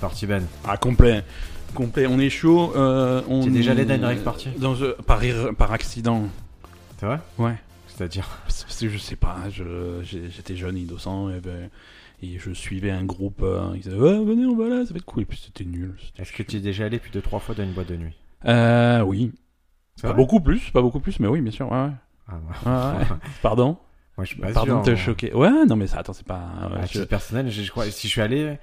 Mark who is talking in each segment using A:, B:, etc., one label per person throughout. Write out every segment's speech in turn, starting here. A: party, Ben.
B: Ah, complet. Complet. On est chaud. euh, on
A: T'es déjà
B: est-
A: allé dans une rave party
B: dans, euh, par, erreur- par accident.
A: C'est vrai
B: Ouais.
A: C'est-à-dire.
B: Parce parce que je sais pas, je- j'ai- j'étais jeune, innocent, et, ben, et je suivais un groupe. euh, ils disaient, Ouais, venez, on va là, ça va être cool. Et puis c'était nul. c'était
A: Est-ce que
B: chiant.
A: tu es déjà allé plus de trois fois dans une boîte de nuit
B: Euh, oui.
A: C'est
B: Pas
A: vrai
B: Ah, beaucoup plus, pas beaucoup plus, mais oui, bien sûr. ouais, ouais.
A: Ah, moi-
B: Ouais, ouais. Pardon
A: Moi, je suis pas
B: Pardon
A: sûr, Bah,
B: de te
A: hein.
B: choquer. Ouais, non, mais ça, attends, c'est pas.
A: À
B: je-
A: titre personnel, je je crois. Si je suis allé,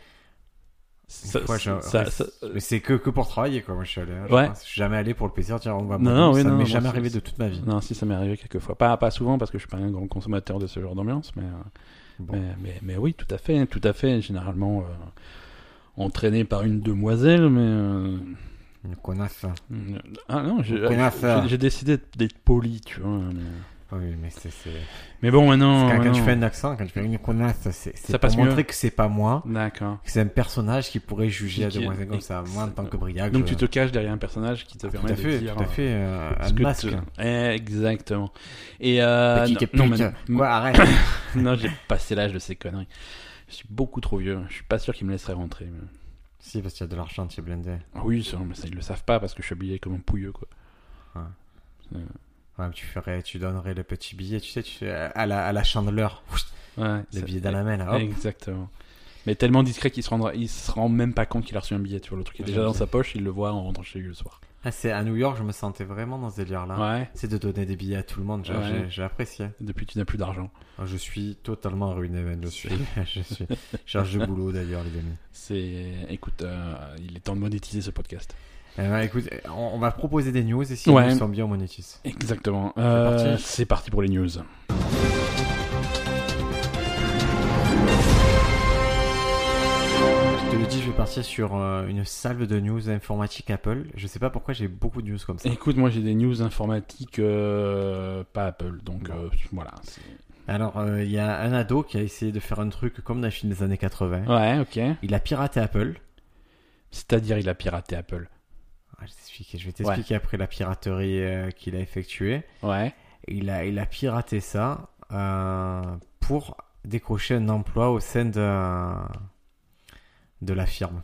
B: ça-
A: fois, je-
B: ça- ça-
A: mais c'est que, que pour travailler, quoi. Moi, je suis allé. hein, Je,
B: Ouais.
A: pense. Je suis jamais allé pour le plaisir. Tiens, on va.
B: Non, non, oui,
A: ça
B: non,
A: m'est
B: moi,
A: jamais
B: c'est-
A: arrivé de toute ma vie.
B: Non, si ça m'est arrivé quelques fois. Pas, pas souvent parce que je suis pas un grand consommateur de ce genre d'ambiance, mais, euh,
A: Bon.
B: mais, mais, mais oui, tout à fait, tout à fait. Généralement euh, entraîné par une demoiselle, mais euh,
A: Une connasse. hein.
B: euh, ah non, j'ai-
A: Rien à faire.
B: j'ai j'ai décidé d'être poli, tu vois. Mais,
A: Oui, mais c'est. c'est-
B: mais bon,
A: Parce
B: maintenant,
A: que Quand, quand
B: maintenant-
A: tu fais un accent, quand tu fais une connasse, c'est c'est
B: Ça
A: pour
B: passe mieux.
A: montrer que c'est pas moi.
B: euh, d'accord.
A: que C'est un personnage qui pourrait juger à
B: Qui-
A: demoiselle comme ça. Moi, en tant que briac.
B: Donc
A: je- Ah,
B: tu te caches derrière un personnage qui te
A: Tout
B: permet
A: à fait,
B: de dire
A: tout à fait. euh,
B: euh,
A: un
B: ce que
A: masque.
B: tu- Exactement. Et euh,
A: Petit
B: non, non,
A: caput.
B: mais-
A: Quoi, arrête.
B: non, j'ai passé l'âge de ces conneries. Je suis beaucoup trop vieux. Je suis pas sûr qu'ils me laisseraient rentrer. mais-
A: Si, parce qu'il y a de l'argent, tu es blindé.
B: Ah Oui, ça, mais ça, ils le savent pas parce que je suis habillé comme un pouilleux, quoi.
A: Ouais, mais tu ferais, tu donnerais le petit billet, tu sais, tu fais euh, à la, à la chandeleur. Oust,
B: Ouais,
A: Le
B: ça-
A: billet dans la main, là, hop.
B: Exactement. Mais tellement discret qu'il se rendra, il se rend même pas compte qu'il a reçu un billet. Tu vois, le truc est déjà dans sa poche, il le voit en rentrant chez lui le soir.
A: Ah, c'est à New York, je me sentais vraiment dans ce délire-là.
B: Ouais.
A: C'est de donner des billets à tout le monde, j'ai
B: Ouais.
A: j'ai- j'ai apprécié.
B: Depuis, tu n'as plus d'argent.
A: Ah, Je suis totalement ruiné, man, je suis, je suis, charge de boulot d'ailleurs, les amis.
B: C'est, écoute, euh, il est temps de monétiser ce podcast.
A: Euh, ouais, écoute, on, on va proposer des news et si
B: Ouais.
A: nous sommes bien, on monétise.
B: Exactement.
A: parti.
B: Euh, C'est parti pour les news.
A: Je te le dis, je vais partir sur euh, une salve de news informatique Apple. Je sais pas pourquoi j'ai beaucoup de news comme ça.
B: Écoute, moi j'ai des news informatiques, euh, pas Apple, donc
A: Bon.
B: euh, voilà. c'est-
A: Alors, euh, il y a un ado qui a essayé de faire un truc comme dans les films des années 80.
B: Ouais, ok.
A: Il a piraté Apple.
B: C'est-à-dire, il a piraté Apple.
A: Ah, je, t'explique, je vais t'expliquer après la piraterie euh, qu'il a effectuée.
B: Ouais.
A: Il a, il a piraté ça euh, pour décrocher un emploi au sein de, de la firme.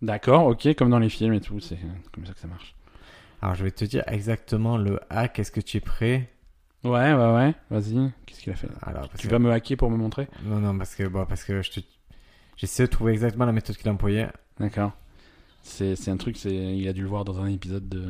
B: D'accord, ok, comme dans les films et tout, c'est comme ça que ça marche.
A: Alors je vais te dire exactement le hack, est-ce que tu es prêt
B: Ouais, ouais, ouais, vas-y, qu'est-ce qu'il a fait
A: Alors, parce
B: Tu
A: que-
B: vas me hacker pour me montrer
A: Non, non, parce que, bon, parce que je te... J'essaie de trouver exactement la méthode qu'il a employée.
B: D'accord. C'est c'est un truc, c'est il a dû le voir dans un épisode de.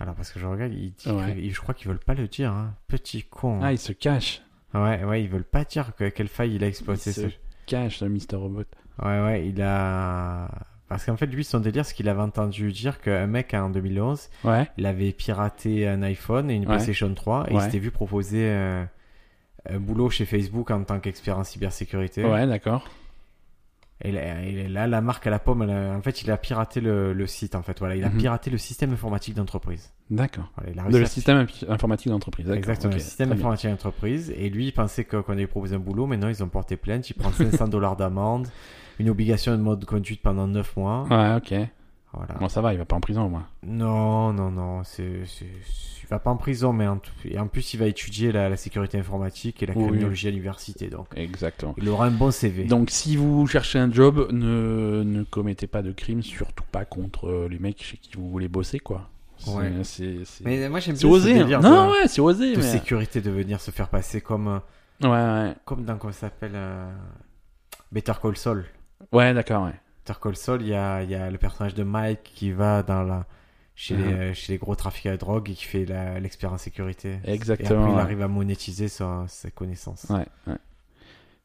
A: Alors parce que je regarde, il dit
B: Ouais.
A: que- il- je crois qu'ils veulent pas le dire, hein. petit con.
B: Ah, il se cache
A: Ouais, ouais, ils veulent pas dire que, quelle faille il a exploité.
B: Il se-
A: ce-
B: Cache, le Mr. Robot.
A: Ouais, ouais, il a. Parce qu'en fait, lui, son délire, c'est qu'il avait entendu dire qu'un mec, en 2011,
B: Ouais,
A: il avait piraté un iPhone et une
B: Ouais.
A: PlayStation 3 et il
B: Ouais.
A: s'était vu proposer euh, un boulot chez Facebook en tant qu'expert en cybersécurité.
B: ouais, d'accord.
A: Et là, et là, la marque à la pomme, elle a- en fait, il a piraté le, le site, en fait. Voilà, il a
B: Mhm.
A: piraté le système informatique d'entreprise.
B: D'accord.
A: Voilà, il a réussi
B: De le
A: à-
B: système imp- informatique d'entreprise. d'accord,
A: Ah Exactement,
B: ok,
A: le système
B: très bien.
A: informatique d'entreprise. Et lui, il pensait que- qu'on allait lui proposer un boulot, mais non, ils ont porté plainte. Il prend 500 dollars d'amende, une obligation de mode de conduite pendant 9 mois.
B: Ouais, ok.
A: Voilà.
B: Bon, ça va, il va pas en prison, moi.
A: Non, non, non, c'est, c'est- c'est- il va pas en prison, mais en, tout- et en plus il va étudier la, la sécurité informatique et la
B: Oui.
A: criminologie à l'université, donc
B: Exactement.
A: il aura un bon CV.
B: Donc, si vous cherchez un job, ne, ne commettez pas de crimes, surtout pas contre euh, les mecs chez qui vous voulez bosser, quoi. C'est-
A: Ouais.
B: C'est c'est-
A: mais moi j'aime
B: c'est
A: bien
B: osé.
A: ce
B: hein.
A: délire
B: Non,
A: de,
B: ouais, c'est osé,
A: de
B: mais.
A: sécurité de venir se faire passer comme, euh,
B: Ouais, ouais.
A: comme dans comment ça s'appelle euh, Better Call Saul.
B: Ouais, d'accord, ouais.
A: Better Call Saul, il y a, il y a le personnage de Mike qui va dans la chez, les,
B: Mhm.
A: euh, chez les gros trafiquants de drogue et qui fait la- l'expert en sécurité. Et
B: Exactement.
A: après, il
B: ouais.
A: arrive à monétiser sa- ses connaissances.
B: Ouais, ouais.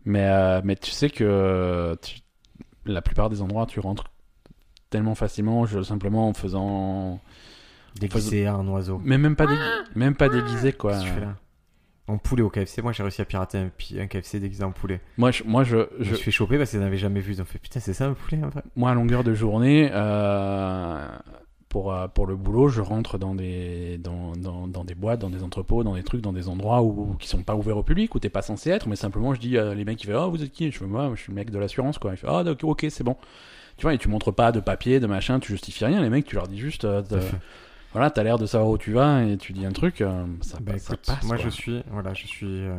B: Mais, euh, mais tu sais que euh, tu- la plupart des endroits, tu rentres tellement facilement, je- simplement en faisant.
A: Déguisé en oiseau.
B: Mais même pas, dégui- même pas déguisé, quoi.
A: Qu'est-ce que Ah tu fais là En poulet au KFC, moi j'ai réussi à pirater un, pi- un KFC déguisé en poulet.
B: Moi, je, moi, je,
A: Je
B: je,
A: me suis fait choper parce qu'ils n'avaient jamais vu. Ils ont fait putain, c'est ça un poulet en vrai
B: Moi, à longueur de journée, euh, pour, euh, pour le boulot, je rentre dans des, dans, dans, dans des boîtes, dans des entrepôts, dans des trucs, dans des endroits où, qui sont pas ouverts au public, où t'es pas censé être, mais simplement je dis, euh, les mecs, qui font Ah, vous êtes qui Je fais Moi, je suis le mec de l'assurance, quoi. Il fait Ah, d'accord, ok, c'est bon. Tu vois, et tu montres pas de papier, de machin, tu justifies rien, les mecs, tu leur dis juste, euh, t'as- voilà, t'as l'air de savoir où tu vas, et tu dis un truc, euh, ça,
A: Bah
B: passe, ça
A: écoute,
B: passe,
A: moi
B: quoi.
A: je suis, voilà, je suis, euh,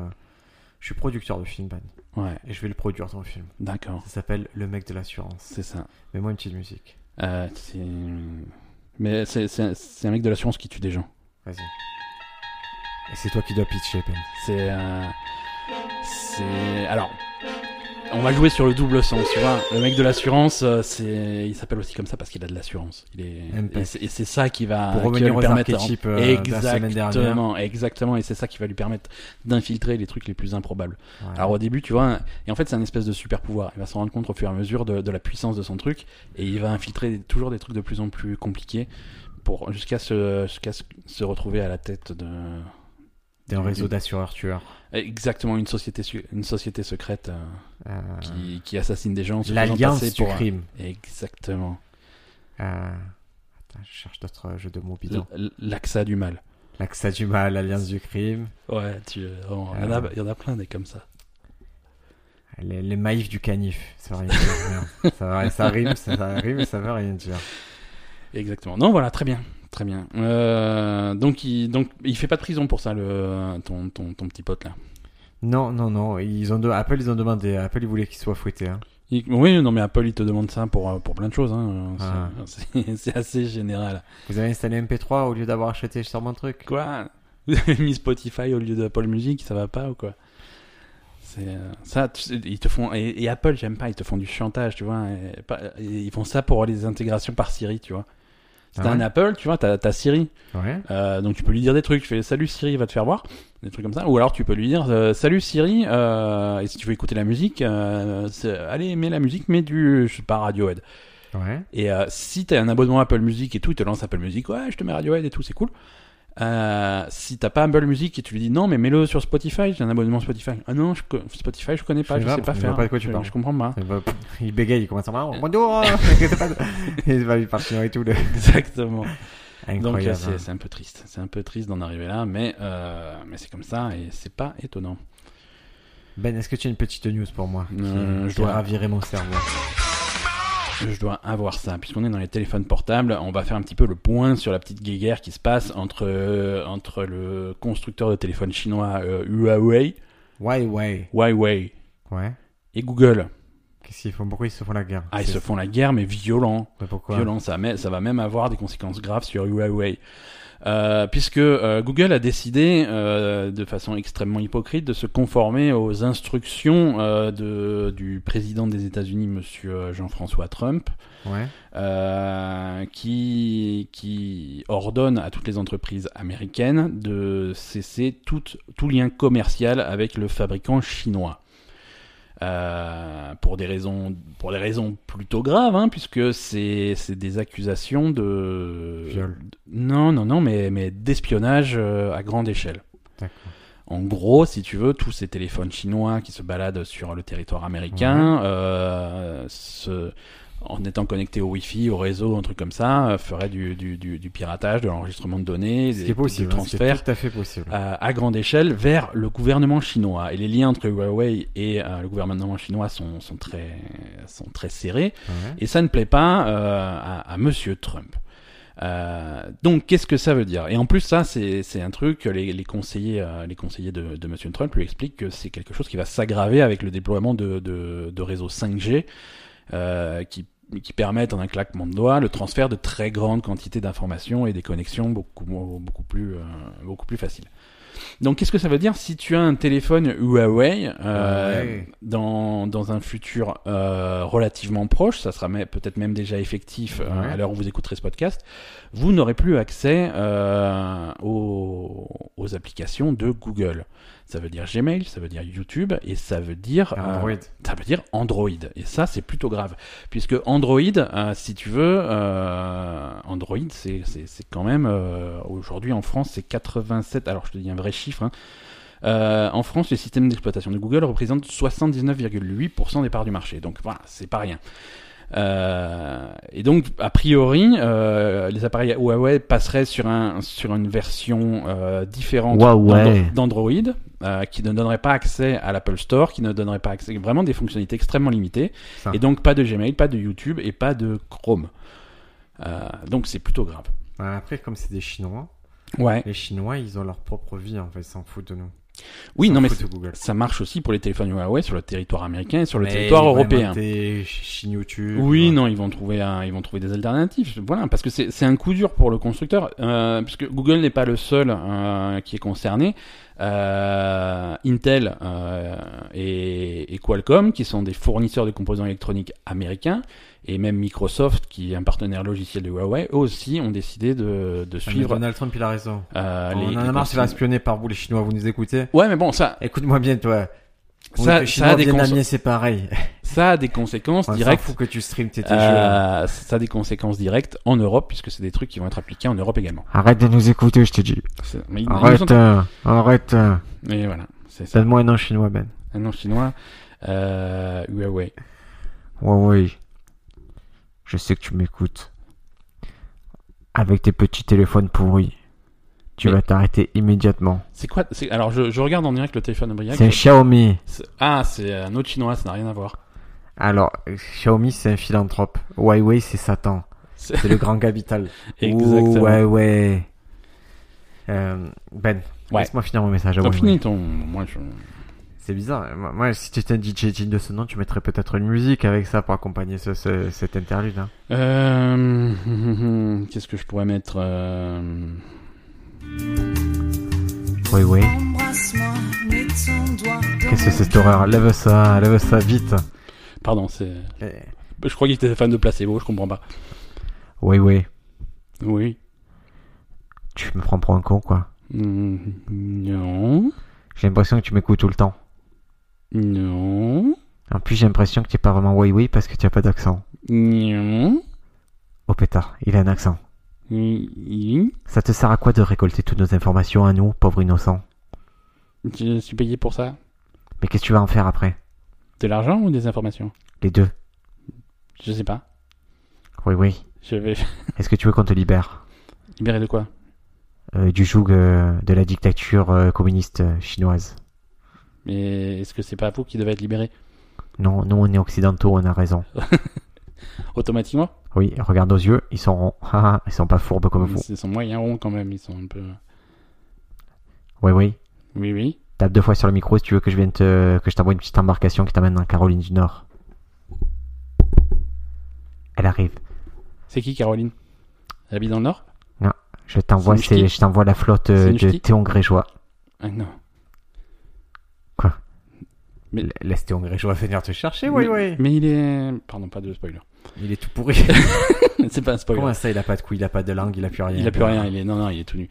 A: Je suis producteur de film, Ben,
B: Ouais,
A: et je vais le produire ton film.
B: d'accord.
A: Ça s'appelle Le mec de l'assurance.
B: C'est ça.
A: Mets-moi une petite musique.
B: Euh, c'est- mais c'est- c'est c'est un mec de l'assurance qui tue des gens.
A: Vas-y. Et c'est toi qui dois pitcher, Ben.
B: C'est. euh, c'est. Alors. On va jouer sur le double sens, tu vois. Le mec de l'assurance, euh, c'est, il s'appelle aussi comme ça parce qu'il a de l'assurance. Il est,
A: MP.
B: et c'est- et c'est ça qui
A: Pour
B: va, Ah, qui va
A: revenir
B: lui
A: aux
B: permettre.
A: archétypes euh, de la semaine dernière.
B: exactement, exactement, et c'est ça qui va lui permettre d'infiltrer les trucs les plus improbables.
A: Ouais.
B: Alors au début, tu vois, et en fait, c'est un espèce de super pouvoir. Il va s'en rendre compte au fur et à mesure de, de la puissance de son truc, et il va infiltrer toujours des trucs de plus en plus compliqués pour jusqu'à se, jusqu'à se- se retrouver à la tête de,
A: T'es un réseau d'assureurs tueurs.
B: Exactement, une société, su- une société secrète euh,
A: Euh,
B: qui, qui assassine des gens. en se faisant passer
A: L'alliance du
B: pour un-
A: crime.
B: Exactement.
A: Euh, Attends, je cherche d'autres euh, jeux de mots bidons.
B: L- l- L'axa du mal.
A: L'accès du mal, l'alliance du crime,
B: Ouais, tu. oh, il, y en
A: Euh.
B: a, il y en a plein des comme ça.
A: les, les maïfs du canif. Ça veut rien dire. merde. ça, va- ça rime, ça, ça rime, mais ça veut rien dire.
B: Exactement. Non, voilà, très bien. Très bien. Euh, donc, il, donc, il fait pas de prison pour ça, le, ton, ton, ton petit pote là.
A: Non, non, non. Ils ont de... Apple, ils ont demandé. Apple, ils voulaient qu'il soit fouetté. hein.
B: Il- oui, non, mais Apple, il te demande ça pour, euh, pour plein de choses. hein. C'est-
A: Ah.
B: C'est c'est assez général.
A: Vous avez installé MP3 au lieu d'avoir acheté sûrement un truc.
B: Quoi Vous avez mis Spotify au lieu d'Apple Music, ça va pas ou quoi C'est euh, ça, tu sais, ils te font et, et Apple, j'aime pas, ils te font du chantage, tu vois. et pas- et ils font ça pour les intégrations par Siri, tu vois. Si
A: Ah
B: t'as un
A: ouais
B: Apple, tu vois, t'as t'as Siri,
A: Ouais.
B: Euh, donc tu peux lui dire des trucs. Tu fais salut Siri, va te faire voir, des trucs comme ça. Ou alors tu peux lui dire euh, salut Siri, euh, et si tu veux écouter la musique, euh, c'est- allez mets la musique, mets du, je sais pas Radiohead.
A: Ouais.
B: Et euh, si t'as un abonnement Apple Music et tout, il te lance Apple Music, ouais, je te mets Radiohead et tout, c'est cool. Euh, si t'as pas Apple Music et tu lui dis non, mais mets-le sur Spotify, j'ai un abonnement Spotify. Ah non, je, co- Spotify, je connais pas,
A: Je
B: je,
A: sais
B: sais
A: pas,
B: pas
A: je
B: faire.
A: vois pas de quoi tu
B: je,
A: parles.
B: je comprends pas.
A: Il va- bah, Il bégaye, il commence à marrer.
B: Euh.
A: Bonjour hein. Il va lui partir et tout. le-
B: Exactement. Donc euh,
A: Incroyable. hein.
B: c'est c'est un peu triste, c'est un peu triste d'en arriver là, mais euh, mais c'est comme ça et c'est pas étonnant.
A: Ben, est-ce que tu as une petite news pour moi qui,
B: Euh, je
A: qui
B: dois-
A: ravirait mon cerveau.
B: Je dois avoir ça, puisqu'on est dans les téléphones portables, on va faire un petit peu le point sur la petite guéguerre qui se passe entre euh, entre le constructeur de téléphone chinois euh, Huawei,
A: Ouais, ouais.
B: Huawei
A: Ouais.
B: et Google.
A: Qu'est-ce qu'ils font Pourquoi ils se font la guerre
B: Ah, ils
A: C'est-
B: se font la guerre, mais violent.
A: Mais Pourquoi
B: Violent, ça, met- ça va même avoir des conséquences graves sur Huawei. Euh, puisque euh, Google a décidé, euh, de façon extrêmement hypocrite, de se conformer aux instructions euh, de, du président des États-Unis, Monsieur euh, Jean-François Trump,
A: Ouais.
B: euh, qui, qui ordonne à toutes les entreprises américaines de cesser tout, tout lien commercial avec le fabricant chinois. Euh, pour des raisons pour des raisons plutôt graves hein, puisque c'est c'est des accusations de
A: Viol.
B: non non non mais mais d'espionnage euh, à grande échelle
A: D'accord.
B: en gros, si tu veux, tous ces téléphones chinois qui se baladent sur le territoire américain, euh, se- en étant connectés au Wi-Fi, au réseau, un truc comme ça, euh, feraient du, du- du- du piratage, de l'enregistrement de données,
A: Ce
B: des,
A: qui est possible.
B: du
A: hein, Ce qui est
B: transfert
A: tout à fait possible.
B: euh, à grande échelle vers le gouvernement chinois. Et les liens entre Huawei et euh, le gouvernement chinois sont, sont très, sont très serrés.
A: Ouais.
B: Et ça ne plaît pas euh, à, à Monsieur Trump. Euh, donc, qu'est-ce que ça veut dire Et en plus, ça, c'est c'est un truc que les, les conseillers, euh, les conseillers de, de Monsieur Trump lui expliquent que c'est quelque chose qui va s'aggraver avec le déploiement de, de, de réseaux 5G euh, qui, qui permettent en un claquement de doigts le transfert de très grandes quantités d'informations et des connexions beaucoup, mo- beaucoup, plus, euh, beaucoup plus faciles. Donc, qu'est-ce que ça veut dire si tu as un téléphone Huawei euh,
A: Ah Ouais.
B: dans, dans un futur euh, relativement proche, ça sera mais- peut-être même déjà effectif euh,
A: Ouais.
B: à l'heure où vous écouterez ce podcast, vous n'aurez plus accès euh, aux, aux applications de Google. Ça veut dire Gmail, ça veut dire YouTube et ça veut dire euh,
A: Ah, Android.
B: ça veut dire Android. Et ça, c'est plutôt grave. Puisque Android, euh, si tu veux, euh, Android, c'est c'est- c'est quand même... euh, Aujourd'hui, en France, c'est 87... Alors, je te dis un vrai chiffre. hein. Euh, en France, le système d'exploitation de Google représente 79,8% des parts du marché. Donc, voilà, c'est pas rien. Euh, et donc, a priori, euh, les appareils Huawei passeraient sur, un, sur une version euh, différente
A: Huawei.
B: d'Andro- d'Android, euh, qui ne donnerait pas accès à l'Apple Store, qui ne donnerait pas accès, vraiment des fonctionnalités extrêmement limitées,
A: Ça.
B: et donc pas de Gmail, pas de YouTube et pas de Chrome. Euh, donc c'est plutôt grave.
A: Ouais, Après, comme c'est des Chinois,
B: Ouais.
A: les Chinois, ils ont leur propre vie en fait, ils s'en foutent de nous.
B: Oui,
A: S'en
B: non, mais
A: fout de
B: c'est-
A: Google.
B: ça marche aussi pour les téléphones Huawei sur le territoire américain et sur le territoire européen.
A: Chine YouTube. euh,
B: Oui, non, ils vont trouver, un- ils vont trouver des alternatives. Voilà, parce que c'est c'est un coup dur pour le constructeur, euh, puisque Google n'est pas le seul euh, qui est concerné. Euh, Intel euh, et, et Qualcomm, qui sont des fournisseurs de composants électroniques américains, et même Microsoft, qui est un partenaire logiciel de Huawei, eux aussi ont décidé
A: Ah,
B: de, de
A: mais
B: suivre.
A: Donald Trump, il a raison.
B: euh,
A: on
B: les-
A: en
B: les
A: a marre, c'est va
B: consignes.
A: espionner par vous, les Chinois, vous nous écoutez
B: Ouais, mais bon, ça,
A: Écoute-moi bien, toi. On
B: Ça-
A: est Chinois,
B: ça a des
A: Vietnamien,
B: cons-
A: c'est pareil.
B: ça a des conséquences
A: On s'en
B: directes.
A: fout hein. que tu streames tes tes jeux.
B: Euh, ça a des conséquences directes en Europe, puisque c'est des trucs qui vont être appliqués en Europe également.
A: Arrête de nous écouter, je te dis.
B: C'est- mais ils- ils nous
A: Arrête,
B: entendent.
A: euh, arrête. euh.
B: Et voilà, c'est ça.
A: Donne-moi un nom chinois, Ben.
B: Un nom chinois, euh, Huawei.
A: Huawei, je sais que tu m'écoutes. Avec tes petits téléphones pourris, tu
B: Mais-
A: vas t'arrêter immédiatement.
B: C'est quoi c'est- Alors, je, je regarde en direct le téléphone de Briac.
A: C'est un Xiaomi.
B: C'est- Ah, c'est un autre chinois, ça n'a rien à voir.
A: Alors, euh, Xiaomi, c'est un philanthrope. Huawei, c'est Satan.
B: C'est-
A: C'est le grand capital.
B: Exactement.
A: Ouh, ouais, ouais. Euh, ben,
B: Ouais.
A: laisse-moi finir mon message. à
B: T'as
A: Huawei.
B: fini ton. Moi, je...
A: C'est bizarre. Moi, moi, si tu étais un DJ digne de ce nom, tu mettrais peut-être une musique avec ça pour accompagner ce, ce- cette interlude. hein.
B: Euh, Qu'est-ce que je pourrais mettre euh,
A: Huawei.
C: Embrasse-moi, mets ton doigt dans
A: Qu'est-ce que c'est cette
C: mon
A: horreur Lève ça, lève ça vite.
B: Pardon, c'est.
A: Eh,
B: Je crois qu'il était fan de placebo, je comprends pas.
A: Huawei.
B: Oui.
A: Tu me prends pour un con, quoi.
B: Mm, Non.
A: J'ai l'impression que tu m'écoutes tout le temps.
B: Non.
A: En plus, j'ai l'impression que t'es pas vraiment Huawei parce que tu as pas d'accent.
B: Non.
A: Oh pétard, il a un accent.
B: Oui.
A: Ça te sert à quoi de récolter toutes nos informations à nous, pauvres innocents
B: Je suis payé pour ça.
A: Mais qu'est-ce que tu vas en faire après
B: De l'argent ou des informations
A: Les deux.
B: Je sais pas.
A: Huawei.
B: Je vais
A: Est-ce que tu veux qu'on te libère
B: libérer de quoi
A: Euh, Du joug euh, de la dictature euh, communiste euh, chinoise.
B: Mais est-ce que c'est pas vous qui devez être libéré
A: Non, nous on est occidentaux, on a raison.
B: automatiquement
A: Oui, regarde aux yeux, ils sont ronds. Haha, ils sont pas fourbes comme vous.
B: Ils sont moyens ronds quand même, ils sont un peu.
A: Oui, oui.
B: Oui, oui.
A: Tape deux fois sur le micro si tu veux que je vienne te... que je t'envoie une petite embarcation qui t'amène en Caroline du Nord. Elle arrive.
B: C'est qui Caroline Elle habite dans le Nord
A: Je t'envoie,
B: C'est une
A: c'est- je t'envoie la flotte
B: C'est
A: euh,
B: une
A: de
B: ch'ti
A: Théon Grégeois.
B: Ah non. Mais-
A: L- Laisse Théon Grégeois venir te chercher,
B: mais, mais il est. Pardon, pas de spoiler.
A: Il est tout pourri.
B: c'est pas un spoiler.
A: Comment ça, il a pas de couilles, il a pas de langue, il a plus rien.
B: Il a plus rien, il est non non, il est tout nu.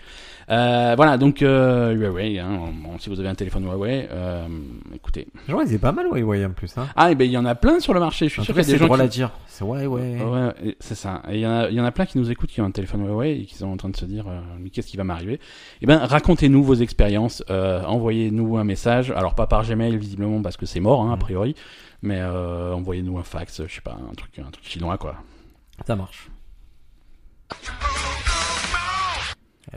B: Euh, voilà, donc euh, Huawei. hein, bon, si vous avez un téléphone Huawei, euh, écoutez.
A: Genre, il est pas mal, ouais, ouais, en plus. Hein.
B: Ah, et ben il y en a plein sur le marché. Je suis
A: En
B: sûr
A: tout
B: qu'il y
A: cas, c'est
B: a des gens
A: drôle
B: qui
A: à dire. C'est ouais, ouais.
B: Euh, Ouais, et c'est ça. Et il y, en a- il y en a plein qui nous écoutent, qui ont un téléphone Huawei et qui sont en train de se dire euh, mais qu'est-ce qui va m'arriver Eh ben, racontez-nous vos expériences, euh, envoyez-nous un message. Alors pas par Gmail visiblement parce que c'est mort hein, a
A: Mm.
B: priori, mais euh, envoyez-nous un fax, je sais pas, un truc, un truc chinois quoi.
A: Ça marche.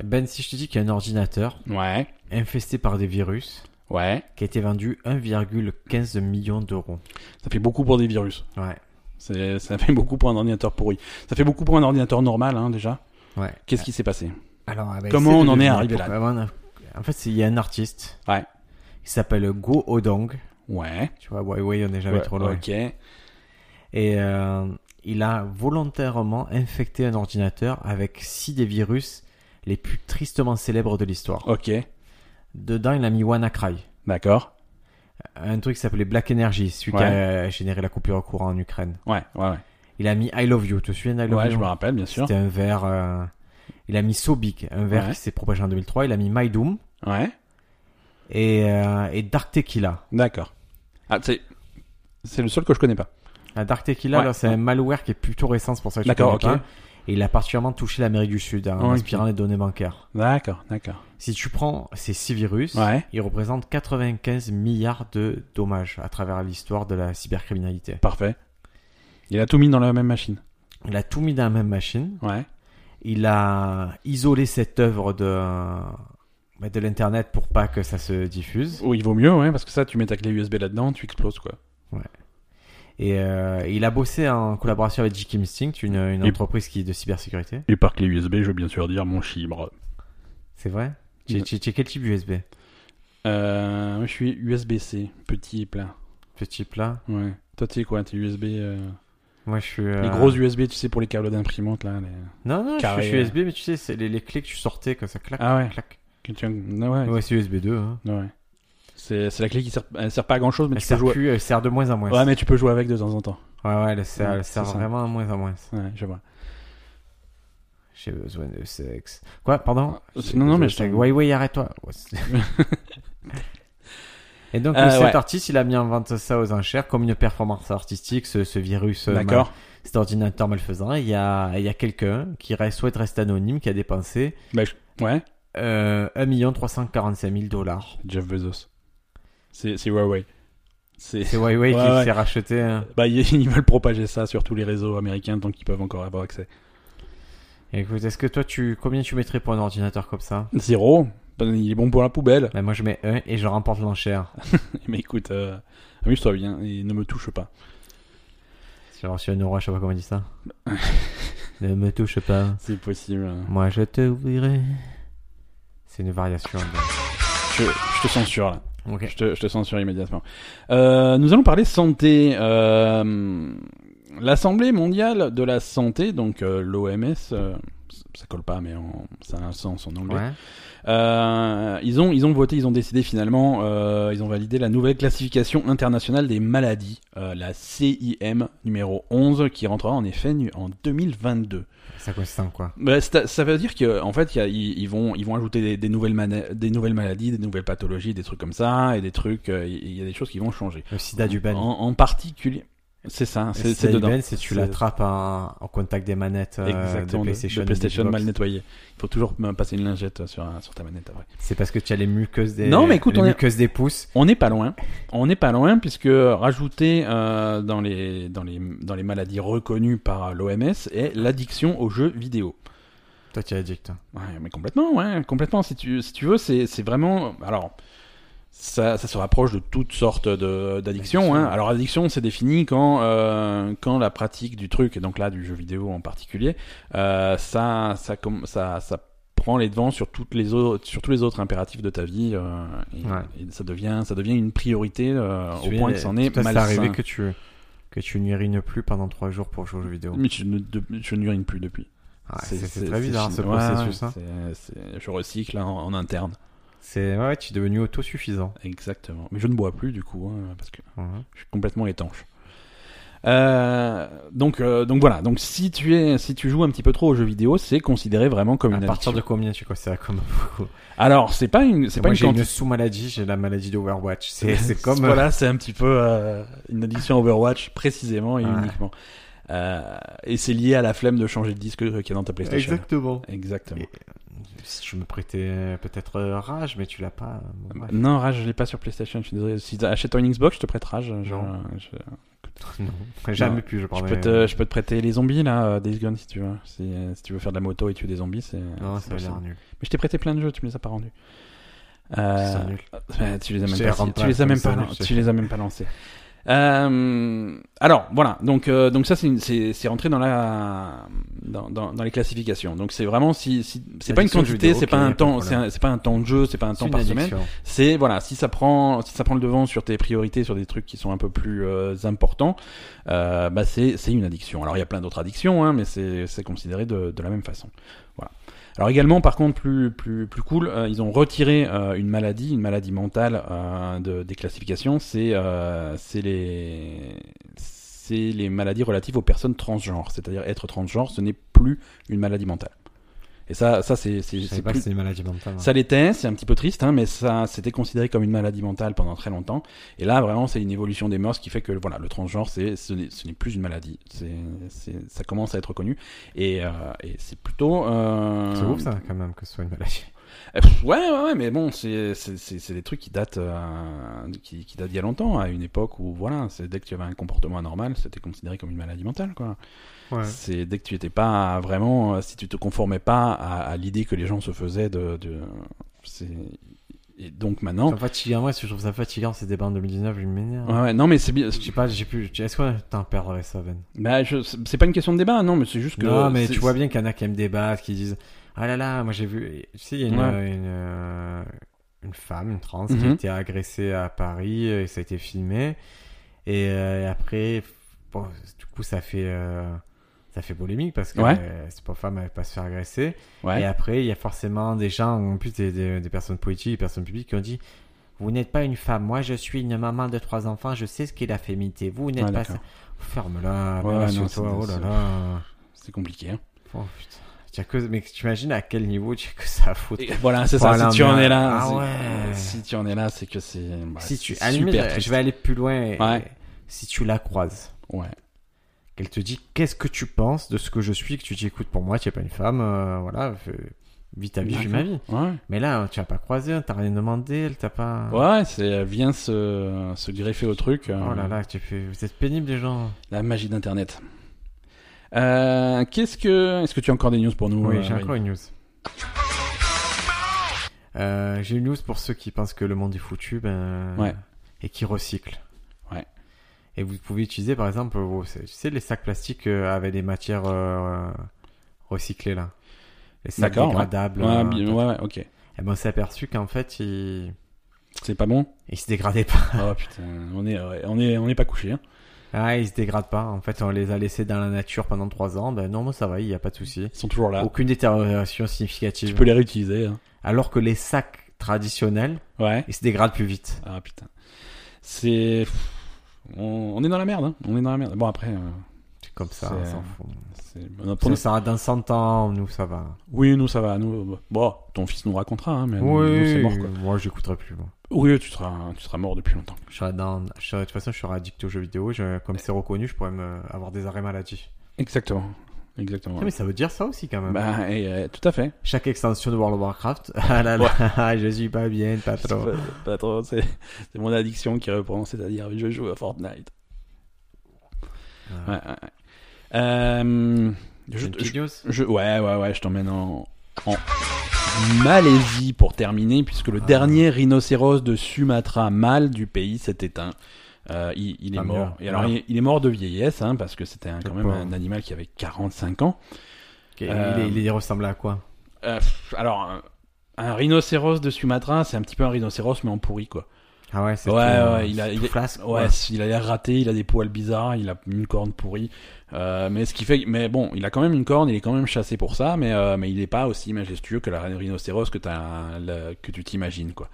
A: Ben, si je te dis qu'il y a un ordinateur
B: Ouais,
A: infesté par des virus
B: ouais.
A: qui a été vendu 1,15 million d'euros.
B: Ça fait beaucoup pour des virus.
A: Ouais.
B: C'est- Ça fait beaucoup pour un ordinateur pourri. Ça fait beaucoup pour un ordinateur normal hein, déjà.
A: Ouais.
B: Qu'est-ce qui s'est passé
A: Alors, ah bah, avec
B: Comment
A: cette
B: on en est
A: devinette,
B: arrivé là
A: pourquoi- ouais, on a- En fait, c'est- il y a un artiste
B: Ouais.
A: qui s'appelle Go Odong.
B: Ouais.
A: Tu vois, ouais, ouais, on n'est jamais
B: ouais,
A: trop loin.
B: Ok.
A: Et euh, il a volontairement infecté un ordinateur avec six des virus les plus tristement célèbres de l'histoire.
B: Ok.
A: Dedans, il a mis WannaCry,
B: D'accord.
A: un truc qui s'appelait Black Energy, celui qui
B: Ouais.
A: a généré la coupure au courant en Ukraine.
B: Ouais, ouais, ouais.
A: Il a mis I Love You, tu te souviens d'I Love
B: Ouais, je
A: You
B: me rappelle bien sûr.
A: C'était un verre... euh, Il a mis Sobik, un verre
B: Ouais.
A: qui s'est propagé en 2003. Il a mis My Doom
B: Ouais.
A: et, euh, et Dark Tequila.
B: D'accord. Ah, c'est c'est le seul que je connais pas.
A: La Ah, Dark Tequila,
B: Ouais,
A: là, c'est
B: ouais.
A: un malware qui est plutôt récent, c'est pour ça que je
B: D'accord,
A: connais
B: ok.
A: pas. Et il a particulièrement touché l'Amérique du Sud hein, en
B: Ok.
A: inspirant les données bancaires.
B: D'accord, d'accord.
A: Si tu prends ces six virus,
B: Ouais.
A: ils représentent 95 milliards de dommages à travers l'histoire de la cybercriminalité.
B: Parfait. Il a tout mis dans la même machine.
A: Il a tout mis dans la même machine.
B: Ouais.
A: Il a isolé cette œuvre de, bah, de l'Internet pour pas que ça se diffuse.
B: Oui, Oh, il vaut mieux, ouais, parce que ça, tu mets ta clé USB là-dedans, tu exploses, quoi.
A: Et euh, il a bossé en collaboration avec Jim Instinct, une, une
B: Et-
A: entreprise qui est de cybersécurité.
B: Et par clé USB, je veux bien sûr dire mon chibre.
A: C'est vrai
B: Ouais.
A: J'ai quel type USB
B: Euh, moi, je suis USB-C, petit et plat.
A: Petit plat.
B: Ouais. Toi, t'es quoi T'es USB. euh,
A: Moi, je suis.
B: Les
A: euh,
B: grosses USB, tu sais, pour les câbles d'imprimante, là. les-
A: Non, non, je suis- je suis
B: carrés,
A: USB, mais tu sais, c'est les, les clés que tu sortais, que ça claque.
B: euh. Ah ouais.
A: claque.
B: que tu- Non, ouais.
A: Ouais, c'est USB 2. Hein.
B: Ouais. C'est c'est la clé qui sert, elle sert pas à grand chose, mais
A: Elle
B: tu peux
A: sert,
B: jouer.
A: plus, elle sert de moins en moins.
B: Ouais, mais tu peux jouer avec de temps en temps.
A: ouais, ouais, elle sert,
B: Ouais,
A: elle
B: c'est
A: sert
B: ça.
A: vraiment de moins en moins.
B: Ouais, je vois.
A: J'ai besoin de sexe. Quoi, pardon
B: Ah,
A: J'ai
B: non,
A: besoin
B: non, mais
A: de
B: je
A: sexe.
B: t'en-
A: Ouais, ouais, arrête-toi. Ouais, c'est- Et donc,
B: Euh,
A: cet
B: ouais.
A: artiste, il a mis en vente ça aux enchères comme une performance artistique, ce, ce virus, euh, mal-
B: D'accord.
A: cet ordinateur malfaisant. Il y a, il y a quelqu'un qui re- souhaite rester anonyme, qui a dépensé
B: Bah, je- Ouais,
A: euh, 1 345 000 dollars.
B: Jeff Bezos. C'est c'est Huawei. C'est.
A: C'est Huawei
B: Ouais,
A: qui
B: ouais.
A: s'est racheté. hein.
B: Bah, ils ils veulent propager ça sur tous les réseaux américains tant qu'ils peuvent encore avoir accès.
A: Écoute, est-ce que toi, tu combien tu mettrais pour un ordinateur comme ça
B: Zéro. Ben, Il est bon pour la poubelle.
A: ben, Moi, je mets 1 et je remporte l'enchère.
B: Mais écoute, euh, amuse-toi bien et ne me touche pas.
A: J'ai reçu un euro, je sais pas comment on dit ça. ne me touche pas.
B: C'est possible. hein.
A: Moi, je te ouvrirai. C'est une variation. de-
B: Je, je te censure là.
A: Ok.
B: Je te, je te censure immédiatement. Euh, nous allons parler santé. Euh, L'Assemblée mondiale de la santé, donc euh, l'OMS, euh, ça colle pas, mais en- ça a un sens en anglais.
A: Ouais.
B: Euh, ils, ont, ils ont voté, ils ont décidé finalement, euh, ils ont validé la nouvelle classification internationale des maladies, euh, la CIM numéro 11, qui rentrera en effet nu- en 2022.
A: Ça consiste en quoi
B: Bah, c'est- ça veut dire que en fait, il y a- ils ils vont, ils vont ajouter des, des nouvelles mana- des nouvelles maladies, des nouvelles pathologies, des trucs comme ça, et des trucs, euh, il il y a des choses qui vont changer.
A: Le sida du
B: En,
A: ben.
B: en particulier, c'est ça,
A: le
B: c'est c'est
A: sida du
B: dedans.
A: ben, c'est tu
B: C'est-
A: l'attrapes en, en contact des manettes euh,
B: Exactement,
A: de
B: de-
A: PlayStation.
B: de
A: et
B: PlayStation
A: d'Xbox.
B: mal nettoyée. Il faut toujours euh, passer une lingette sur, un- sur ta manette après.
A: C'est parce que tu as les muqueuses des,
B: Non, mais écoute,
A: les
B: on est-
A: muqueuses des pouces.
B: On n'est pas loin. On n'est pas loin puisque rajouté euh, dans, les, dans, les, dans les maladies reconnues par l'OMS est l'addiction aux jeux vidéo.
A: Toi, tu es addict. hein.
B: Ouais, mais complètement, ouais, complètement. Si tu, si tu veux, c'est c'est vraiment. Alors, ça, ça se rapproche de toutes sortes de- d'addictions. Hein.
A: Addiction.
B: Alors, addiction, c'est défini quand, euh, quand la pratique du truc, et donc là, du jeu vidéo en particulier, euh, ça, ça, com- ça, ça prend les devants sur, toutes les autres, sur tous les autres impératifs de ta vie. euh, et,
A: Ouais.
B: et ça, devient, ça devient une priorité euh,
A: Tu
B: au
A: sais,
B: point
A: les-
B: que c'en est
A: toi, c'est
B: malsain.
A: arrivé que tu, que tu n'urines plus pendant 3 jours pour jouer aux jeux vidéo.
B: Mais je ne- de- je n'urine plus depuis.
A: Ouais, c'est c'est très bizarre ce
B: ouais,
A: processus. hein.
B: c'est- c'est- Je recycle hein, en- en interne.
A: C'est ouais, tu es devenu autosuffisant.
B: Exactement. Mais je ne bois plus du coup, hein, parce que
A: Ouais.
B: je suis complètement étanche. Euh, donc, euh, donc voilà. Donc si tu es, si tu joues un petit peu trop aux jeux vidéo, c'est considéré vraiment comme
A: À
B: une
A: partir
B: addiction.
A: de combien tu considères comme
B: Alors c'est pas une, c'est pas
A: Moi,
B: une
A: j'ai une
B: quanti-
A: sous-maladie, j'ai la maladie d'Overwatch. C'est c'est comme euh,
B: voilà, c'est un petit peu euh, une addiction Overwatch précisément et
A: Ouais.
B: uniquement. Euh, et c'est lié à la flemme de changer de disque euh, qu'il y a dans ta PlayStation.
A: Exactement.
B: Exactement.
A: Si je me prêtais peut-être euh, rage, mais tu l'as pas. euh, ouais.
B: Non, Rage, je l'ai pas sur PlayStation. Je suis désolé. Si achètes une Xbox, je te prête Rage. Je-
A: Non.
B: je-
A: Non, jamais plus, je euh,
B: Je
A: parle.
B: peux, te, je peux te prêter les zombies là, euh, Days Gone si tu veux. Si, euh, si tu veux faire de la moto et tuer des zombies, c'est.
A: Non, ça a
B: c'est Euh, possible.
A: l'air nul.
B: Mais je t'ai prêté plein de jeux, tu me les as pas rendus.
A: C'est
B: Euh,
A: nul.
B: bah, tu les as
A: Je
B: même
A: te
B: pas,
A: les rends
B: tu
A: pas,
B: les as même
A: c'est
B: pas,
A: nul,
B: lan-
A: c'est-
B: tu les as même pas lancés. Euh, alors voilà, donc euh, donc ça c'est une- c'est c'est rentré dans la dans, dans, dans les classifications. Donc c'est vraiment si, si c'est pas une
A: Addiction aux jeux
B: quantité,
A: vidéo,
B: c'est
A: ok,
B: pas
A: y a
B: un
A: pas de
B: temps,
A: problème.
B: c'est un- c'est pas un temps de jeu, c'est pas un
A: C'est
B: temps
A: une
B: par semaine.
A: addiction.
B: C'est voilà, si ça prend, si ça prend le devant sur tes priorités, sur des trucs qui sont un peu plus euh, importants, euh, bah c'est c'est une addiction. Alors il y a plein d'autres addictions, hein, mais c'est c'est considéré de, de la même façon. Voilà. Alors également, par contre, plus plus plus cool, euh, ils ont retiré euh, une maladie, une maladie mentale euh, de, des classifications. C'est euh, c'est les c'est les maladies relatives aux personnes transgenres, c'est-à-dire être transgenre, ce n'est plus une maladie mentale. Et ça, ça c'est c'est-
A: Je
B: c'est
A: sais pas
B: plus-
A: si c'est une maladie mentale. hein.
B: ça l'était, c'est un petit peu triste, hein, mais ça, c'était considéré comme une maladie mentale pendant très longtemps. Et là, vraiment, c'est une évolution des mœurs qui fait que, voilà, le transgenre, c'est, ce n'est ce n'est plus une maladie. C'est, c'est- ça commence à être reconnu. Et, euh, et c'est plutôt. euh,
A: C'est ouf, ça, quand même, que ce soit une maladie.
B: euh, pff, Ouais, ouais, ouais, mais bon, c'est, c'est, c'est- c'est des trucs qui datent, euh, qui, qui datent d'il y a longtemps, à une époque où, voilà, c'est dès que tu avais un comportement anormal, c'était considéré comme une maladie mentale, quoi.
A: Ouais.
B: C'est dès que tu étais pas vraiment, euh, si tu te conformais pas à, à l'idée que les gens se faisaient de, de c'est et donc maintenant.
A: C'est fatigant, ouais, si je trouve ça fatigant, ces débats en 2019, je m'énerve.
B: Ouais, ouais, non mais c'est bien.
A: Je sais pas, j'ai plus. Est-ce que t'en perdrais ça, Ben
B: Bah, je- c'est pas une question de débat, non, mais c'est juste que.
A: Non, mais
B: c'est-
A: tu vois bien qu'il y en a qui aiment débattre, qui disent Ah là là, moi j'ai vu. Tu sais, il y a une,
B: Ouais.
A: une, euh, une femme, une trans, qui a
B: Mhm.
A: été agressée à Paris euh, et ça a été filmé. Et, euh, et après, bon, du coup, ça fait, euh, ça fait polémique parce que
B: Ouais.
A: euh, cette pauvre femme n'avait pas se faire agresser. Et
B: Ouais.
A: après, il y a forcément des gens, en plus des, des- des personnes politiques, des personnes publiques qui ont dit Vous n'êtes pas une femme, moi je suis une maman de trois enfants, je sais ce qu'est la féminité, vous n'êtes pas.
B: Ah, d'accord.
A: ça. Ferme-la,
B: Ouais,
A: ouais,
B: ouais,
A: sur
B: non,
A: toi,
B: c'est-
A: oh là
B: c'est-
A: là.
B: C'est compliqué. hein.
A: Oh putain. Tu as que... Mais tu imagines à quel niveau tu as que ça à foutre.
B: Et voilà, c'est
A: Voilà,
B: ça. Si tu en
A: mais-
B: es là,
A: Ah
B: c'est-
A: ouais.
B: si tu en es là, c'est que c'est. bah,
A: si tu...
B: c'est
A: à la limite,
B: super
A: je
B: triste.
A: vais aller plus loin. et-
B: Ouais.
A: Si tu la croises,
B: Ouais.
A: qu'elle te dit Qu'est-ce que tu penses de ce que je suis Que tu dis Écoute, pour moi, tu n'es pas une femme, euh, voilà, fais- vis ta vie, vis ma vie.
B: Ouais.
A: Mais là, tu n'as pas croisé, tu n'as rien demandé, elle t'a pas.
B: Ouais, c'est viens se, se greffer au truc. euh,
A: Oh là là, tu fais- vous êtes pénibles les gens.
B: La magie d'Internet. Euh, Qu'est-ce que, est-ce que tu as encore des news pour nous
A: Oui,
B: euh,
A: j'ai
B: Ray
A: encore une news. Euh, j'ai une news pour ceux qui pensent que le monde est foutu ben,
B: Ouais.
A: et qui recyclent.
B: Ouais.
A: Et vous pouvez utiliser par exemple, vos- tu sais, les sacs plastiques euh, avec des matières euh, recyclées là. Les sacs
B: D'accord, ouais.
A: dégradables.
B: Ouais,
A: euh,
B: bi- ouais, ouais, ok.
A: Et ben, on s'est aperçu qu'en fait, ils...
B: C'est pas bon.
A: ils se dégradaient pas.
B: oh putain, on est, ouais, on est, on est pas couché. Hein.
A: Ah, ils se dégradent pas. En fait, on les a laissés dans la nature pendant 3 ans. Ben non, moi, ça va, il n'y a pas de souci.
B: Ils sont toujours là.
A: Aucune détérioration
B: Tu
A: significative.
B: peux les réutiliser. hein.
A: Alors que les sacs traditionnels,
B: Ouais.
A: ils se dégradent plus vite.
B: Ah putain. C'est, on, on est dans la merde. hein. On est dans la merde. Bon après, euh,
A: C'est comme ça,
B: C'est-
A: on s'en fout.
B: c'est- bon, pour
A: Ça,
B: nous-
A: ça, dans 100 ans, nous, ça va.
B: oui, nous ça va. Nous, euh, bon, ton fils nous racontera, hein, mais nous, c'est mort quoi.
A: moi, j'écouterai plus. moi.
B: Oui, tu seras, tu seras mort depuis longtemps.
A: Je serai dans... je serai- De toute façon, je serai addict aux jeux vidéo. Je- Comme c'est reconnu, je pourrais me... avoir des arrêts maladie.
B: Exactement. Exactement.
A: Putain, Ah, Mais ça veut dire ça aussi, quand même.
B: Bah, et, euh, tout à fait.
A: Chaque extension de World of Warcraft. Ah là là, je suis pas bien, pas trop.
B: C'est pas- pas trop, c'est c'est mon addiction qui reprend, c'est-à-dire je joue à Fortnite. Ouais, ouais, ouais. Euh, je,
A: J'ai Ah. une petite
B: je-
A: news.
B: je- ouais, ouais, ouais, je t'emmène en, en Malaisie pour terminer, puisque le
A: Ah.
B: dernier rhinocéros de Sumatra mâle du pays s'est éteint. Euh, il, il est
A: Tant
B: mort.
A: mieux.
B: Et alors,
A: Voilà.
B: il, il est mort de vieillesse, hein, parce que c'était un-
A: Le
B: quand même
A: pauvre.
B: un animal qui avait 45 ans.
A: Ok, il
B: Euh,
A: est- Il, est- il ressemble à quoi
B: Euh, pff, alors, un, un rhinocéros de Sumatra, c'est un petit peu un rhinocéros, mais en pourri, quoi.
A: Ah ouais, c'est
B: Ouais,
A: tout, euh,
B: ouais, il a-
A: c'est
B: il
A: tout
B: est-
A: flasque,
B: Ouais,
A: quoi.
B: s- il a l'air raté, il a des poils bizarres, il a une corne pourrie. Euh, mais ce qui fait, mais bon, il a quand même une corne, il est quand même chassé pour ça, mais euh, mais il est pas aussi majestueux que la rhinocéros que t'as le- que tu t'imagines quoi.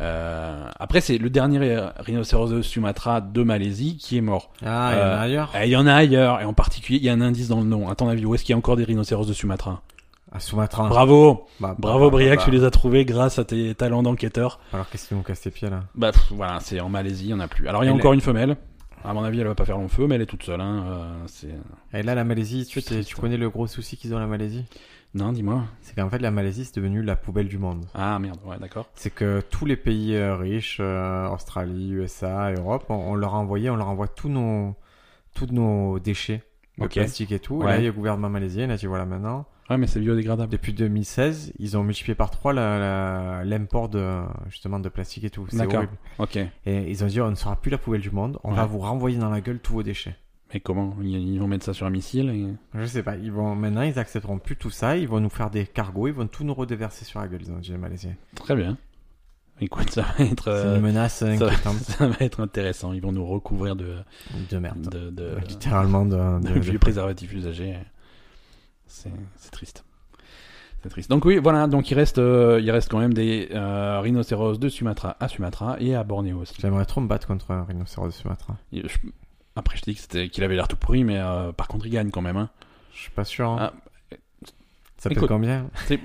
B: Euh, après, c'est le dernier rhi- rhinocéros de Sumatra de Malaisie qui est mort.
A: Ah, il y en a
B: Euh,
A: ailleurs
B: Et il y en a ailleurs, et en particulier, il y a un indice dans le nom. À ton avis, où est-ce qu'il y a encore des rhinocéros de Sumatra
A: À Sumatra.
B: Bravo,
A: Bah, bah,
B: bravo
A: bah,
B: Briac,
A: bah.
B: tu les as trouvés grâce à tes talents d'enquêteur.
A: Alors qu'est-ce qu'ils nous cassent les pieds là
B: Bah pff, voilà, c'est en Malaisie, il n'y en a plus. Alors il y a
A: Elle-
B: encore une femelle. À mon avis, elle va pas faire long feu, mais elle est toute seule. Hein. euh, c'est...
A: Et là, la Malaisie, tu,
B: C'est
A: sais-
B: triste,
A: tu
B: hein.
A: connais le gros souci qu'ils ont la Malaisie
B: Non, dis-moi.
A: C'est qu'en fait, la Malaisie, c'est devenu la poubelle du monde.
B: Ah merde, ouais, d'accord.
A: C'est que tous les pays euh, riches, euh, Australie, USA, Europe, on, on leur a envoyé, on leur envoie tous nos, tous nos déchets, le
B: Ok.
A: plastique et tout. Et
B: Ouais.
A: là, il y a le gouvernement malaisien, il a dit voilà maintenant.
B: Ouais, mais c'est biodégradable.
A: Depuis 2016, ils ont multiplié par 3 l'import de, justement, de plastique et tout. C'est
B: D'accord.
A: horrible.
B: Ok.
A: Et ils ont dit on ne sera plus la poubelle du monde, on va
B: Ouais.
A: vous renvoyer dans la gueule tous vos déchets.
B: Mais comment ils, ils vont mettre ça sur un missile et-
A: Je sais pas, ils vont, maintenant ils accepteront plus tout ça, ils vont nous faire des cargos, ils vont tout nous redéverser sur la gueule, ils ont dit les Malaisiens.
B: Très bien. Écoute, ça va être.
A: C'est une
B: euh,
A: menace
B: ça, va-
A: inquiétante
B: ça va être intéressant. Ils vont nous recouvrir de
A: de merde.
B: de, de,
A: Euh, littéralement de,
B: de
A: de-
B: vieux préservatifs usagés. C'est, c'est triste. C'est triste. Donc oui, voilà. Donc il reste, euh, il reste quand même des euh, rhinocéros de Sumatra à Sumatra et à Bornéo aussi.
A: J'aimerais trop me battre contre un rhinocéros de Sumatra.
B: Il- je- Après, je t'ai dit que c'était- qu'il avait l'air tout pourri, mais euh, par contre, il gagne quand même. Hein.
A: Je suis pas sûr. hein. ça
B: Ah, écoute.
A: peut combien
B: T'es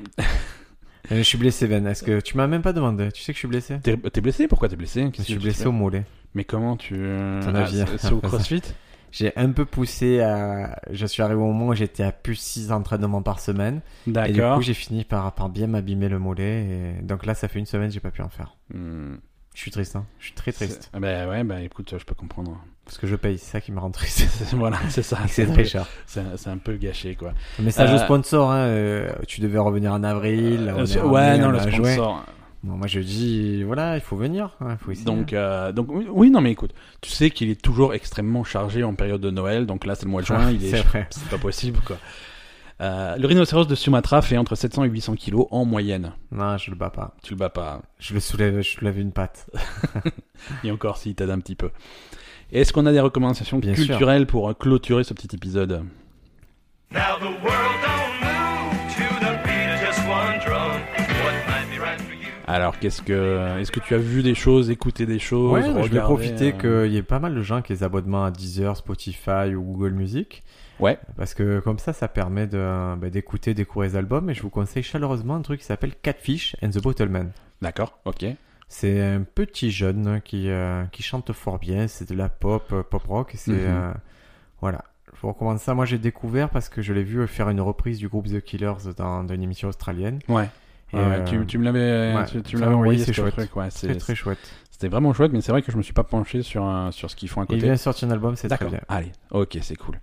A: Je suis blessé, Ben. Est-ce que tu m'as même pas demandé Tu sais que je suis blessé
B: t'es- t'es blessé Pourquoi t'es blessé
A: Je
B: Qu'est-ce
A: suis
B: que tu
A: blessé
B: fais
A: au mollet.
B: Mais comment tu. euh, ah,
A: Ton avis,
B: c'est-
A: hein,
B: c'est au
A: après ça.
B: crossfit
A: J'ai un peu poussé à. Je suis arrivé au moment où j'étais à plus 6 entraînements par semaine. Et du coup,
B: D'accord.
A: j'ai fini par, par bien m'abîmer le mollet. Et... Donc là, ça fait une semaine, j'ai pas pu en faire.
B: Hmm,
A: Je suis triste, hein. Je suis très triste.
B: c'est- Ah Bah ouais, bah écoute, je peux comprendre.
A: Parce que je paye, c'est ça qui me rend triste.
B: C'est- voilà, c'est ça.
A: c'est
B: un
A: très
B: peu-
A: cher.
B: C'est un, c'est un peu gâché, quoi.
A: Message
B: Euh,
A: au sponsor, hein, euh, tu devais revenir en avril.
B: Euh,
A: on est
B: c'est-
A: en
B: ouais,
A: mai,
B: non,
A: on
B: le
A: a joué.
B: sponsor.
A: Bon, moi je dis, voilà, il faut venir, hein, faut essayer.
B: Donc, euh, donc, oui- oui, non, mais écoute, tu sais qu'il est toujours extrêmement chargé en période de Noël, donc là, c'est le mois de euh, juin, il est
A: C'est vrai.
B: C'est pas possible, quoi. Euh, le rhinocéros de Sumatra fait entre 700 et 800 kilos en moyenne.
A: Non, je le bats pas.
B: Tu le bats pas.
A: Je le soulève, je soulève une patte.
B: Et encore si t'aides un petit peu. Est-ce qu'on a des recommandations
A: Bien sûr.
B: culturelles pour euh, clôturer ce petit épisode
D: Now the world don't move to the beat of just one drum. What might be right for you?
B: Alors, qu'est-ce que, est-ce que tu as vu des choses, écouté des choses
A: Ouais, je vais
B: regardé,
A: profiter
B: euh,
A: qu'il y ait pas mal de gens qui aient des abonnements à Deezer, Spotify ou Google Music.
B: Ouais.
A: Parce que comme ça, ça permet de- bah, d'écouter, découvrir les albums. Et je vous conseille chaleureusement un truc qui s'appelle Catfish and the Bottleman.
B: D'accord, ok.
A: C'est un petit jeune qui, euh, qui chante fort bien. C'est de la pop, euh, pop rock. et C'est
B: Mhm.
A: euh, voilà. Je vous recommande ça. Moi, j'ai découvert parce que je l'ai vu faire une reprise du groupe The Killers dans, dans une émission australienne.
B: Ouais.
A: Et,
B: Ah Ouais,
A: euh,
B: tu, tu me l'avais,
A: ouais,
B: tu, tu
A: ça,
B: me l'avais
A: oui,
B: envoyé
A: c'est
B: ce
A: chouette.
B: truc. Ouais,
A: c'est
B: c'est,
A: très chouette.
B: c'était vraiment chouette, mais c'est vrai que je me suis pas penché sur un- sur ce qu'ils font à
A: Il
B: côté.
A: vient de sortir un album, c'est très
B: D'accord.
A: bien.
B: Allez, ok, c'est cool.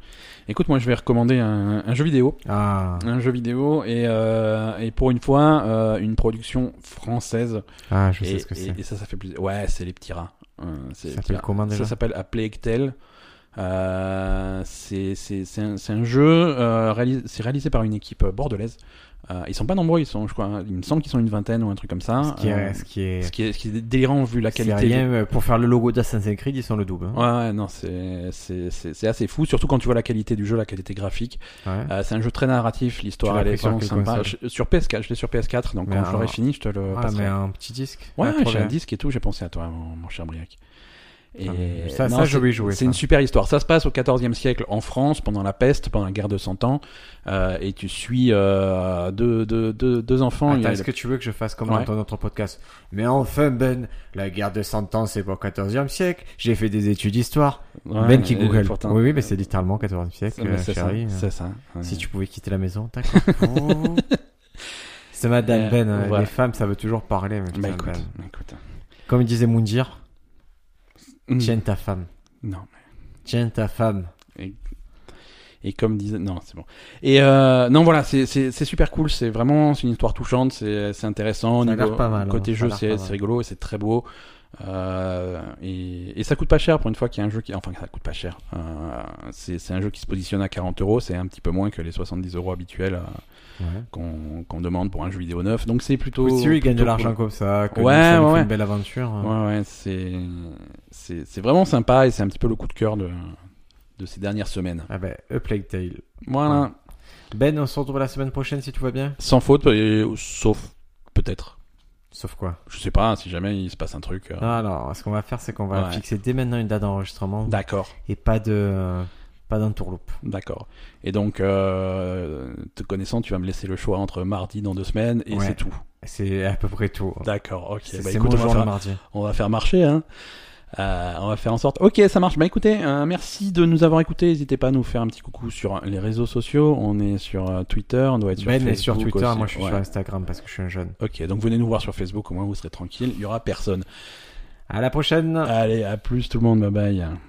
B: Écoute, moi, je vais recommander un, un jeu vidéo,
A: Ah,
B: un jeu vidéo, et, euh, et pour une fois, euh, une production française.
A: ah je sais
B: et,
A: ce que
B: et-
A: c'est.
B: et ça, ça fait plaisir. Ouais, c'est les petits rats. Euh, c'est les
A: Ça
B: petits
A: s'appelle
B: rats.
A: comment déjà
B: Ça s'appelle A Plague Tale. Euh, c'est c'est- c'est un, c'est un jeu, euh, réalis- c'est réalisé par une équipe bordelaise. Euh, ils sont pas nombreux, ils sont, je crois, il me semble qu'ils sont une vingtaine ou un truc comme ça.
A: Ce qui
B: Euh,
A: est, ce qui est,
B: ce qui est, ce qui est délirant vu la
A: c'est
B: qualité.
A: rien, euh, Pour faire le logo d'Assassin's Creed, ils sont le double. hein.
B: Ouais, ouais, non, c'est- c'est c'est- c'est assez fou, surtout quand tu vois la qualité du jeu, la qualité graphique.
A: Ouais. Ah,
B: Euh, c'est un jeu très narratif, l'histoire
A: Tu l'as
B: elle est
A: pris sur
B: vraiment
A: quelle
B: sympa.
A: console
B: Je- sur PS4, je l'ai sur PS4, donc
A: Mais
B: quand
A: un-
B: je l'aurai fini, je te le
A: Ah,
B: passerai.
A: mais un petit disque.
B: Ouais,
A: Ah, trop
B: j'ai un
A: bien.
B: disque et tout, j'ai pensé à toi, mon, mon cher Briac. Et
A: Ah, Ça-
B: non,
A: ça, je
B: c'est-
A: vais y jouer,
B: C'est
A: ça.
B: une super histoire. Ça se passe au XIVe siècle en France, pendant la peste, pendant la guerre de Cent Ans, euh, et tu suis euh, deux, deux, deux, deux enfants. Il y
A: Attends,
B: a-
A: est-ce Ah, que tu veux que je fasse comme
B: Ouais.
A: dans ton autre podcast Mais enfin, Ben, la guerre de 100 ans, c'est pour 14e siècle. J'ai fait des études d'histoire.
B: Ouais,
A: ben qui
B: et
A: google.
B: pourtant-
A: oui, oui, mais c'est littéralement 14e siècle,
B: C'est mais
A: euh,
B: c'est ça,
A: chérie.
B: c'est ça. Ouais.
A: Si tu pouvais quitter la maison, d'accord. Oh. c'est madame
B: Euh,
A: Ben. hein,
B: voilà.
A: Les femmes, ça veut toujours parler. mais
B: Bah
A: putain,
B: écoute,
A: Ben.
B: écoute.
A: Comme disait Moundir,
B: Mm.
A: tiens ta femme.
B: Non.
A: Tiens ta femme.
B: Et comme disait, non, c'est bon. Et euh, non, voilà, c'est c'est- c'est super cool. C'est vraiment c'est une histoire touchante. C'est c'est intéressant.
A: Ça a
B: Niveau-
A: l'air pas mal, hein,
B: Côté
A: ça a
B: jeu,
A: l'air
B: c'est
A: pas mal.
B: c'est rigolo et c'est très beau. Euh, et, et ça coûte pas cher pour une fois qu'il y a un jeu qui, enfin, ça coûte pas cher. Euh, c'est c'est un jeu qui se positionne à 40 euros. C'est un petit peu moins que les 70 euros habituels euh,
A: Ouais.
B: qu'on qu'on demande pour un jeu vidéo neuf. Donc c'est plutôt.
A: Oui, si eux, ils gagnent de
B: Oh, plutôt
A: l'argent
B: cool.
A: comme ça, que
B: Ouais,
A: ça nous
B: ouais,
A: fait
B: ouais.
A: une belle aventure. hein.
B: Ouais, ouais, c'est c'est c'est vraiment sympa et c'est un petit peu le coup de cœur de de ces dernières semaines.
A: Ah ben, A Plague Tale.
B: Voilà.
A: Ben, on se retrouve la semaine prochaine si tout va bien.
B: Sans faute, et- euh, sauf peut-être.
A: Sauf quoi
B: Je sais pas, hein, si jamais il se passe un truc. euh,
A: Ah. Alors, ce qu'on va faire, c'est qu'on va
B: Ouais.
A: fixer dès maintenant une date d'enregistrement
B: D'accord,
A: et pas de pas d'entourloupe.
B: d'accord. Et donc, euh, te connaissant, tu vas me laisser le choix entre mardi dans deux semaines et
A: Ouais.
B: c'est tout.
A: C'est à peu près tout. hein.
B: D'accord, ok.
A: C'est
B: Bah,
A: c'est
B: écoute,
A: mon
B: on,
A: jour
B: va
A: le
B: faire,
A: mardi.
B: on va faire marcher, hein. Euh, on va faire en sorte. Ok, ça marche. Bah écoutez, euh, merci de nous avoir écoutés. N'hésitez pas à nous faire un petit coucou sur les réseaux sociaux. On est sur euh, Twitter, on doit être sur
A: ben
B: Facebook
A: est sur Twitter,
B: aussi.
A: moi je suis
B: Ouais.
A: sur Instagram parce que je suis un jeune.
B: Ok, donc venez nous voir sur Facebook, au moins vous serez tranquille. Il y aura personne.
A: À la prochaine.
B: Allez, à plus tout le monde. Bye bye.